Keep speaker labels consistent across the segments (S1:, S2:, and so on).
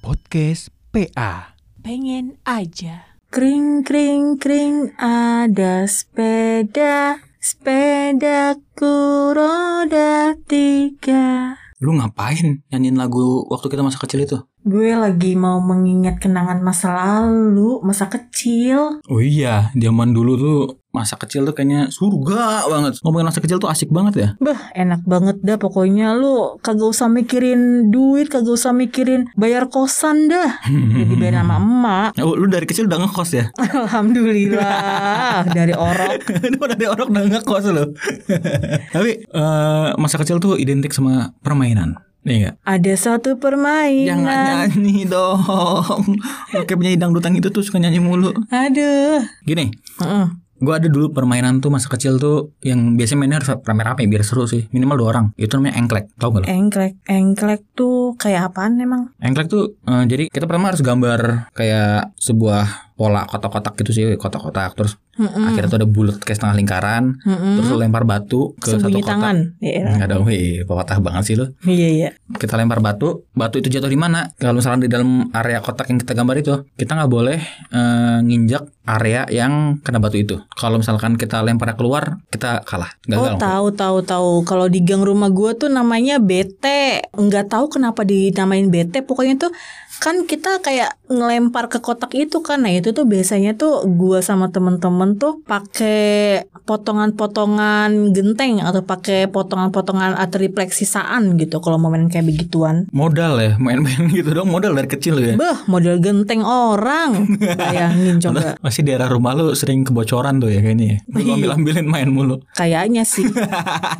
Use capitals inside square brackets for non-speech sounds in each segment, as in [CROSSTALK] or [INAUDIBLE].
S1: Podcast PA.
S2: Pengen aja.
S3: Kring kring kring ada sepeda Sepedaku roda tiga
S1: Lu ngapain nyanyiin lagu waktu kita masa kecil itu?
S3: Gue lagi mau mengingat kenangan masa lalu, masa kecil
S1: Oh iya, zaman dulu tuh masa kecil tuh kayaknya surga banget. Ngomongin masa kecil tuh asik banget ya.
S3: Bah enak banget dah pokoknya lu kagak usah mikirin duit, kagak usah mikirin bayar kosan
S1: [LAUGHS]
S3: dah Jadi bayar sama emak
S1: Oh, lu dari kecil udah ngekos [LAUGHS] ya?
S3: Alhamdulillah dari orok
S1: Lu dari orang udah ngekos [LAUGHS] lu. Tapi eh, masa kecil tuh identik sama permainan. Iya gak?
S3: Ada satu
S1: Jangan
S3: permainan
S1: Ya nyanyi dong. Lu kayak penyanyi dangdutan itu tuh suka nyanyi mulu.
S3: Aduh
S1: Gini,
S3: Heeh.
S1: Gue ada dulu permainan tuh masa kecil tuh yang biasanya mainnya harus rame-rame biar seru sih. Minimal dua orang. Itu namanya engklek. Tau gak lo?
S3: Engklek Engklek tuh kayak apaan emang?
S1: Engklek tuh eh, jadi kita pertama harus gambar kayak sebuah pola kotak-kotak gitu sih, kotak-kotak. Terus
S3: Heeh.
S1: akhirnya tuh ada bulat kayak setengah lingkaran.
S3: Heeh.
S1: Terus lu lempar batu ke satu
S3: Sembunyi
S1: kotak.
S3: tangan Iya
S1: Enggak ada, wih, pepatah banget sih lo.
S3: iya iya.
S1: Kita lempar batu, batu itu jatuh di mana? Kalau misalnya di dalam area kotak yang kita gambar itu, kita nggak boleh eh, nginjak area yang kena batu itu. Kalau misalkan kita lemparnya keluar, kita kalah,
S3: Oh
S1: gagal.
S3: tahu tahu tahu kalau di gang rumah gua tuh namanya BT nggak tahu kenapa dinamain BT pokoknya tuh kan kita kayak ngelempar ke kotak itu kan nah itu tuh biasanya tuh gua sama temen-temen tuh pakai potongan-potongan genteng atau pakai potongan-potongan atriplex sisaan gitu kalau mau main kayak begituan
S1: modal ya main-main [LAUGHS] gitu dong modal dari kecil lu ya
S3: Beh, model genteng
S1: [LAUGHS]
S3: orang Bayangin coba
S1: masih daerah rumah lu sering kebocoran tuh ya kayaknya ya? lu ambil ambilin main mulu
S3: Kayaknya
S1: [LAUGHS]
S3: sih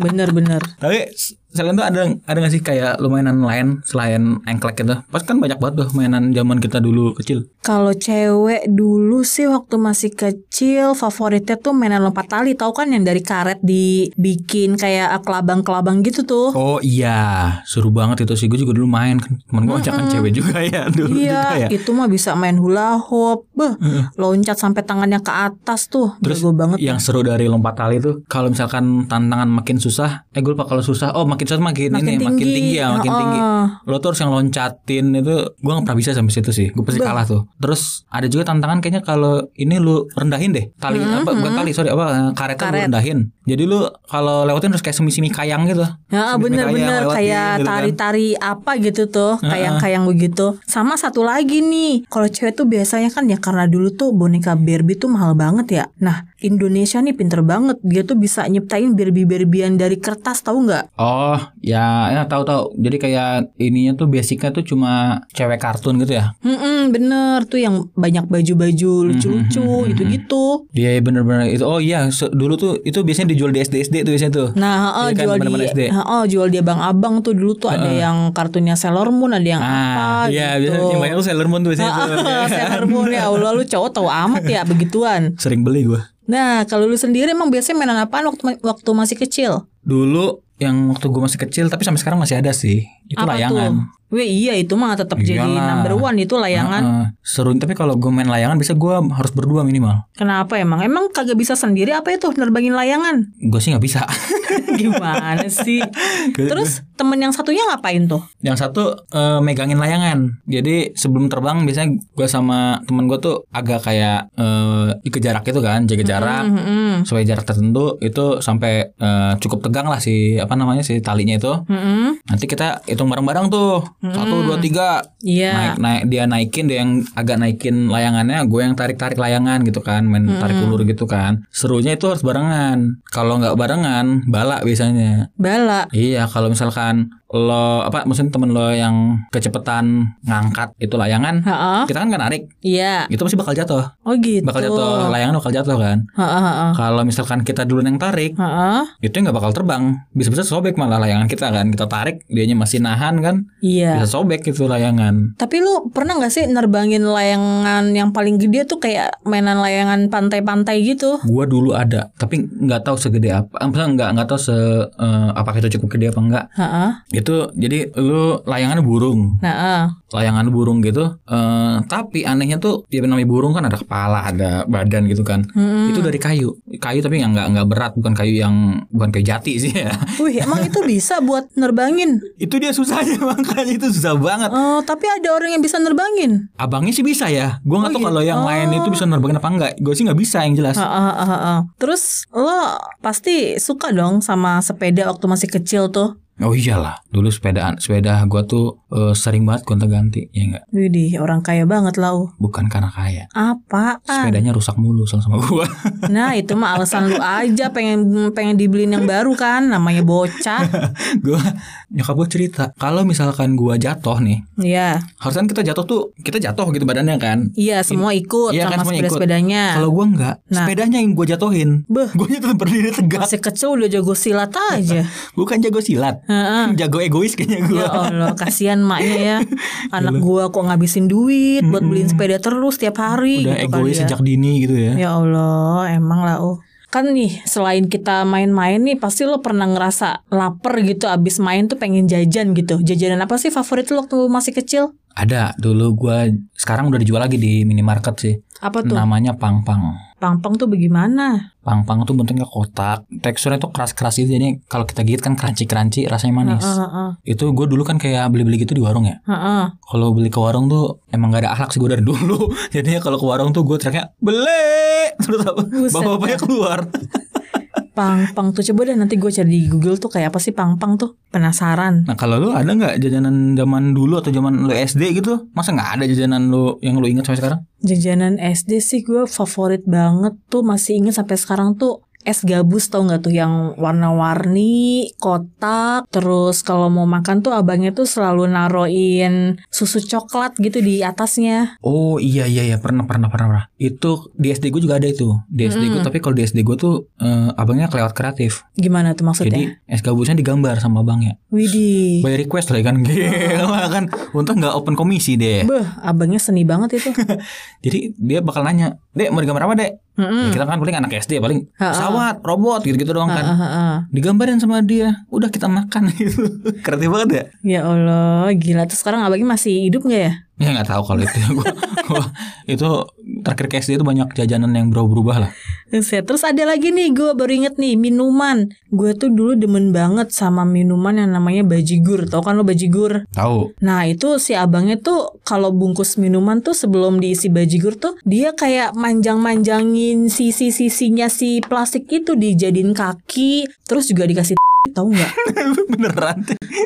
S3: Bener-bener
S1: tapi s- selain itu ada ada nggak sih kayak lu mainan lain selain engklek gitu pas kan banyak banget tuh mainan zaman kita dulu kecil
S3: Kalau cewek dulu sih waktu masih kecil favoritnya tuh mainan lompat tali, tau kan yang dari karet dibikin kayak kelabang-kelabang gitu tuh.
S1: oh iya seru banget itu sih gue juga dulu main kan temen gue ajakan cewek juga ya dulu juga
S3: Iya,
S1: ya
S3: itu mah bisa main hula hoop, beh, loncat sampai tangannya ke atas tuh,
S1: Terus
S3: jago banget.
S1: yang seru dari lompat tali tuh kalau misalkan tantangan makin susah eh gue lupa kalau susah oh makin susah makin,
S3: Makin
S1: ini makin
S3: tinggi.
S1: tinggi ya makin
S3: Oh,
S1: tinggi
S3: oh.
S1: lo tuh harus yang loncatin itu gue gak pernah bisa sampai situ sih gue pasti kalah tuh terus ada juga tantangan kayaknya kalau ini lu rendahin deh tali apa bukan tali sorry apa eh, karet, lu
S3: Hmm, Karet.
S1: rendahin jadi lu kalau lewatin harus kayak semi semi kayang gitu
S3: Ya
S1: Semi-semi
S3: bener-bener
S1: lewatin
S3: kayak
S1: gitu kan.
S3: tari-tari apa gitu tuh Kayang-kayang begitu Sama satu lagi nih Kalau cewek tuh biasanya kan ya karena dulu tuh boneka Barbie tuh mahal banget ya Nah Indonesia nih pinter banget Dia tuh bisa nyiptain Barbie-Barbian dari kertas tahu nggak?
S1: Oh ya, ya tahu tahu. Jadi kayak ininya tuh basicnya tuh cuma cewek kartun gitu ya.
S3: Mm-mm, bener tuh yang banyak
S1: Mhm,
S3: baju-baju lucu-lucu gitu-gitu
S1: Iya iya, bener-bener itu. Oh iya se- dulu tuh itu biasanya dijual di SD SD tuh biasanya tuh.
S3: Nah, oh,
S1: Iya kan,
S3: jual
S1: teman-teman SD.
S3: di, oh, jual di abang-abang tuh dulu tuh ada yang kartunnya Sailor Moon, ada yang
S1: Ah,
S3: apa
S1: iya
S3: gitu. Ah,
S1: biasanya yang banyak tuh Sailor Moon tuh biasanya. tuh, ya kan?
S3: [LAUGHS] Sailor Moon ya Allah lu cowok tahu amat ya begituan.
S1: Sering beli gue.
S3: Nah, kalau lu sendiri emang biasanya mainan apaan waktu waktu masih kecil?
S1: Dulu yang waktu gue masih kecil tapi sampai sekarang masih ada sih. Itu
S3: Apa
S1: layangan.
S3: tuh? Kan? Weh, iya itu mah tetap jadi
S1: Iyalah.
S3: number one itu layangan.
S1: Heeh, seru tapi kalau gue main layangan bisa gue harus berdua minimal
S3: Kenapa emang? Emang kagak bisa sendiri apa itu nerbangin layangan? [LAUGHS]
S1: gue sih nggak bisa [LAUGHS]
S3: Gimana sih? Terus temen yang satunya ngapain tuh?
S1: yang satu eh, megangin layangan jadi sebelum terbang biasanya gue sama temen gue tuh agak kayak eh, jaga jarak gitu kan jaga jarak
S3: Hmm, Mm-mm.
S1: sesuai jarak tertentu itu sampai eh, cukup tegang lah si apa namanya si talinya itu
S3: Mm-mm.
S1: nanti kita hitung bareng-bareng tuh satu
S3: Hmm.
S1: dua tiga naik
S3: Iya.
S1: naik dia naikin dia yang agak naikin layangannya gue yang tarik tarik layangan gitu kan main tarik ulur gitu kan serunya itu harus barengan kalau nggak barengan balak biasanya
S3: Bala.
S1: iya kalau misalkan lo apa maksudnya temen lo yang kecepetan ngangkat itu layangan
S3: Ha-ha.
S1: kita kan nggak narik
S3: Iya.
S1: itu pasti bakal jatuh
S3: Oh gitu.
S1: bakal jatuh layangan bakal jatuh kan
S3: Ha-ha, ha-ha.
S1: kalau misalkan kita duluan yang tarik
S3: Ha-ha.
S1: itu nggak bakal terbang bisa-bisa sobek malah layangan kita kan kita tarik dianya masih nahan kan
S3: Iya.
S1: bisa sobek itu layangan
S3: Tapi lu pernah nggak sih nerbangin layangan yang paling gede tuh kayak mainan layangan pantai-pantai gitu?
S1: gua dulu ada tapi nggak tahu segede apa maksudnya nggak nggak tahu se eh, apakah itu cukup gede apa enggak
S3: Heeh.
S1: itu jadi lu layangan burung
S3: Nah, ah.
S1: layangan burung gitu eh, tapi anehnya tuh ya namanya burung kan ada kepala ada badan gitu kan
S3: Mm-mm.
S1: itu dari kayu kayu tapi nggak nggak- nggak berat bukan kayu yang bukan kayu jati sih ya [LAUGHS]
S3: Wih, emang itu bisa buat nerbangin?
S1: itu dia susahnya [LAUGHS] makanya itu susah banget
S3: Oh, tapi ada orang yang bisa nerbangin.
S1: abangnya sih bisa ya gue nggak
S3: Oh,
S1: tahu
S3: gitu.
S1: kalau yang lain itu bisa nerbangin apa enggak gue sih nggak bisa yang jelas
S3: Ah, ah, ah, ah. Terus lo pasti suka dong sama sepeda waktu masih kecil tuh.
S1: oh iyalah dulu sepedaan sepeda gue tuh eh, sering banget gonta-ganti ya enggak
S3: Widih, orang kaya banget lo.
S1: bukan karena kaya
S3: Apaan?
S1: sepedanya rusak mulu sama sama [LAUGHS] gue
S3: Nah, itu mah alasan lu aja pengen pengen dibeliin yang baru kan, namanya bocah.
S1: gue nyokap gue cerita kalau misalkan gue jatuh nih
S3: Iya.
S1: harusnya kita jatuh tuh kita jatuh gitu badannya kan
S3: Iya, semua ikut
S1: Iya kan,
S3: sama
S1: semuanya ikut.
S3: sepeda-sepedanya.
S1: kalau gue enggak
S3: Nah.
S1: sepedanya yang gue jatuhin
S3: Beh.
S1: gue tetap berdiri tegak
S3: Masih kecil udah jago silat aja.
S1: bukan jago silat
S3: Heeh.
S1: [LAUGHS] jago egois kayaknya gue
S3: Ya Allah, kasihan maknya ya.
S1: [LAUGHS]
S3: Anak gua kok ngabisin duit buat beliin sepeda terus tiap hari
S1: udah
S3: gitu
S1: egois
S3: kali ya.
S1: sejak dini gitu ya
S3: Ya Allah, emang lah oh. Kan nih, selain kita main-main nih, pasti lo pernah ngerasa lapar gitu abis main tuh pengen jajan gitu. Jajanan apa sih favorit lo waktu masih kecil?
S1: ada dulu gue sekarang udah dijual lagi di minimarket sih
S3: Apa tuh?
S1: namanya pangpang
S3: Pangpang tuh bagaimana?
S1: pangpang tuh bentuknya kotak teksturnya tuh keras keras gitu jadi kalau kita gigit kan crunchy crunchy rasanya manis
S3: Heeh, heeh,
S1: itu gue dulu kan kayak beli beli gitu di warung ya
S3: heeh.
S1: kalau beli ke warung tuh emang gak ada akhlak sih gue dari [LAUGHS] dulu jadinya kalau ke warung tuh gue teriaknya beli [LAUGHS] terus apa
S3: Buset
S1: bapak bapaknya keluar
S3: Pangpang tuh coba deh nanti gue cari di Google tuh kayak apa sih pangpang tuh? Penasaran.
S1: nah kalau lu ada nggak jajanan zaman dulu atau zaman lu SD gitu masa nggak ada jajanan lu yang lu inget sampai sekarang
S3: Jajanan SD sih gue favorit banget tuh masih inget sampai sekarang tuh es gabus tau nggak tuh yang warna-warni kotak terus kalau mau makan tuh abangnya tuh selalu naroin susu coklat gitu di atasnya
S1: Oh iya iya iya pernah pernah pernah pernah. Itu di SD gue juga ada itu di SD gue tapi kalau di SD gue tuh eh, abangnya kelewat kreatif.
S3: gimana
S1: Jadi
S3: tuh maksudnya?
S1: es gabusnya digambar sama abangnya.
S3: Widih,
S1: By request lah ya kan [LAUGHS] gila kan. Untung nggak open komisi deh.
S3: beh abangnya seni banget itu.
S1: Jadi dia bakal nanya, dek mau digambar apa dek? Ya,
S3: Mm-mm.
S1: kita kan paling anak SD paling
S3: Hmm. Ha-ha.
S1: pesawat, robot gitu-gitu doang kan.
S3: Ah, ah, ah.
S1: Digambarin sama dia, udah kita makan [LAUGHS] gitu. Kreatif banget ya.
S3: Ya Allah, gila tuh sekarang abangnya masih hidup nggak ya?
S1: Ya nggak tahu kalau itu gua, gua- itu terakhir ke SD itu banyak jajanan yang berubah-ubah lah.
S3: Terus ya, terus ada lagi nih gue baru inget nih minuman Gue tuh dulu demen banget sama minuman yang namanya bajigur Tau kan lo bajigur
S1: Tahu.
S3: Nah itu si abangnya tuh kalau bungkus minuman tuh sebelum diisi bajigur tuh Dia kayak manjang-manjangin sisi-sisinya si plastik itu dijadiin kaki Terus juga dikasih tau
S1: [LAUGHS]
S3: nggak
S1: [LAUGHS] Beneran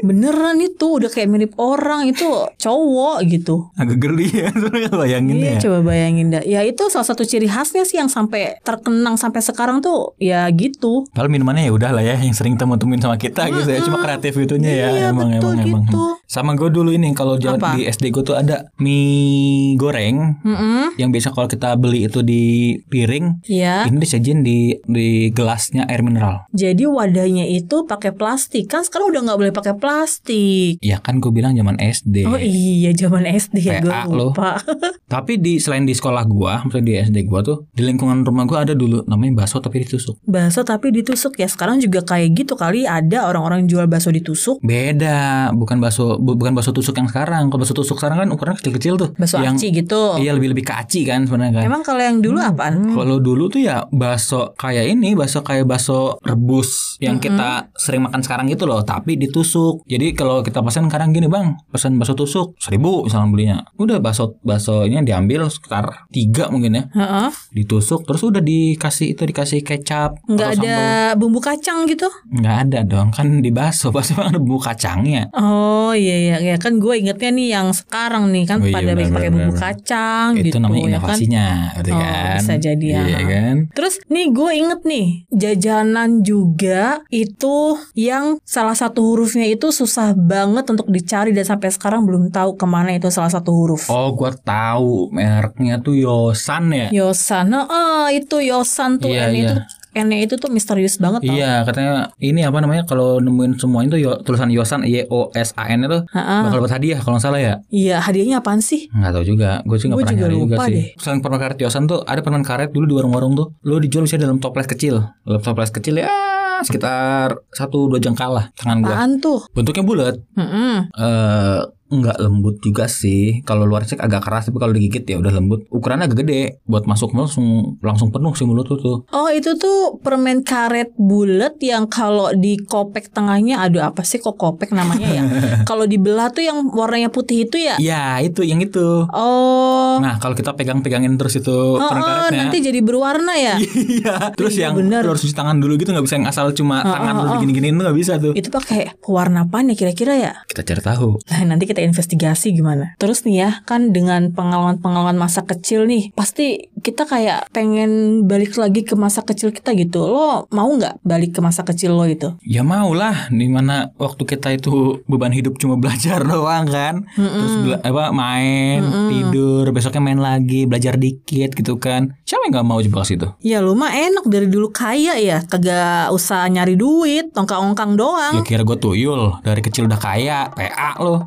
S3: beneran itu udah kayak mirip orang itu cowok gitu
S1: agak geli ya [LAUGHS] sebenarnya bayangin
S3: Iya
S1: ya.
S3: coba bayangin dah ya itu salah satu ciri khasnya sih yang sampai terkenang sampai sekarang tuh ya gitu
S1: Kalau minumannya ya udah lah ya yang sering temen temuin sama kita gitu ya cuma kreatif itunya ya
S3: Iya,
S1: emang
S3: betul
S1: emang emang.
S3: gitu.
S1: Sama gue dulu ini kalau jalan
S3: Apa? Hmm.
S1: di SD gue tuh ada mie goreng
S3: Mm-mm.
S1: yang biasa kalau kita beli itu di piring
S3: Ya,
S1: ini disajin di di gelasnya air mineral.
S3: jadi wadahnya itu pakai plastik kan sekarang udah nggak boleh pakai plastik.
S1: Ya kan gue bilang zaman SD.
S3: Oh iya, zaman SD ya gue
S1: PA lo.
S3: lupa. [LAUGHS]
S1: Tapi di selain di sekolah gue, maksudnya di SD gue tuh di lingkungan rumah gue ada dulu namanya bakso tapi ditusuk.
S3: Bakso tapi ditusuk ya sekarang juga kayak gitu kali ada orang-orang jual bakso ditusuk.
S1: Beda, bukan bakso bu- bukan bakso tusuk yang sekarang. Kalau bakso tusuk sekarang kan ukurannya kecil-kecil tuh.
S3: Bakso
S1: yang
S3: aci gitu.
S1: Iya lebih lebih ke aci kan sebenarnya kan.
S3: Emang kalau yang dulu apaan?
S1: Kalau dulu tuh ya bakso kayak ini, bakso kayak bakso rebus yang
S3: Hmm.
S1: kita sering makan sekarang gitu loh, tapi ditusuk. Jadi kalau kita pesan sekarang gini bang, pesan bakso tusuk seribu misalnya belinya, udah bakso baksonya diambil sekitar tiga mungkin ya,
S3: Heeh.
S1: ditusuk terus udah dikasih itu dikasih kecap.
S3: Nggak
S1: atau
S3: ada
S1: sambal.
S3: bumbu kacang gitu?
S1: nggak ada dong kan di bakso, [LAUGHS] bakso kan ada bumbu kacangnya.
S3: Oh iya iya ya kan gue ingetnya nih yang sekarang nih kan
S1: Oh, iya,
S3: pada
S1: benar,
S3: pakai
S1: benar,
S3: bumbu
S1: benar.
S3: kacang
S1: itu
S3: gitu
S1: namanya
S3: ya kan.
S1: inovasinya, gitu
S3: Oh,
S1: kan?
S3: bisa jadi ya.
S1: Iya kan?
S3: Terus nih gue inget nih jajanan juga itu yang salah satu hurufnya itu susah banget untuk dicari dan sampai sekarang belum tahu kemana itu salah satu huruf.
S1: Oh, gua tahu mereknya tuh Yosan ya.
S3: Yosan, nah, ah, itu Yosan tuh
S1: Iya,
S3: N
S1: iya.
S3: itu N E itu tuh misterius banget tau.
S1: Iya, katanya ini apa namanya kalau nemuin semuanya tuh yo- tulisan Yosan Y O S A N itu
S3: Ha-ha.
S1: bakal dapat hadiah kalau nggak salah ya.
S3: Iya hadiahnya apaan sih?
S1: Nggak tahu juga, gue sih nggak
S3: Gua
S1: pernah
S3: juga
S1: nyari juga
S3: lupa
S1: sih.
S3: deh.
S1: Selain permen karet Yosan tuh ada permen karet dulu di warung-warung tuh, lo dijual bisa dalam toples kecil, dalam toples kecil ya
S3: Ah.
S1: sekitar satu dua jengkal lah tangan gua.
S3: Apaan tuh?
S1: Bentuknya bulat,
S3: Mm-mm.
S1: eh nggak lembut juga sih. Kalau luar cek agak keras, tapi kalau digigit ya udah lembut. Ukurannya agak gede, buat masuk mulut langsung langsung penuh sih mulut lu tuh.
S3: Oh itu tuh permen karet bulat yang kalau di kopek tengahnya aduh apa sih kok kopek namanya
S1: [LAUGHS]
S3: ya? kalau dibelah tuh yang warnanya putih itu ya?
S1: Ya itu yang itu.
S3: Oh,
S1: Nah kalau kita pegang-pegangin terus itu
S3: oh,
S1: permen
S3: oh,
S1: karetnya.
S3: nanti jadi berwarna ya?
S1: Iya. Terus
S3: Iya, Oh,
S1: yang
S3: bener.
S1: lu harus cuci tangan dulu gitu nggak bisa yang asal cuma tangan lu digini-giniin tuh nggak bisa tuh.
S3: itu pakai pewarna apa ya kira-kira ya?
S1: Kita cari tahu.
S3: Nah, nanti kita investigasi gimana. Terus nih ya, kan dengan pengalaman-pengalaman masa kecil nih, pasti kita kayak pengen balik lagi ke masa kecil kita gitu. Lo mau nggak balik ke masa kecil lo gitu? itu?
S1: Ya maulah dimana waktu kita itu beban hidup cuma belajar [LAUGHS] doang kan Terus bela- apa main, tidur, besoknya main lagi, belajar dikit gitu kan Siapa yang gak mau coba ke situ?
S3: Ya lu mah enak dari dulu kaya ya, kagak usah nyari duit, ongkang-ongkang doang.
S1: Ya kira gue tuyul, dari kecil udah kaya, PA lo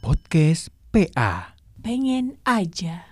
S1: Podcast PA
S2: pengen aja.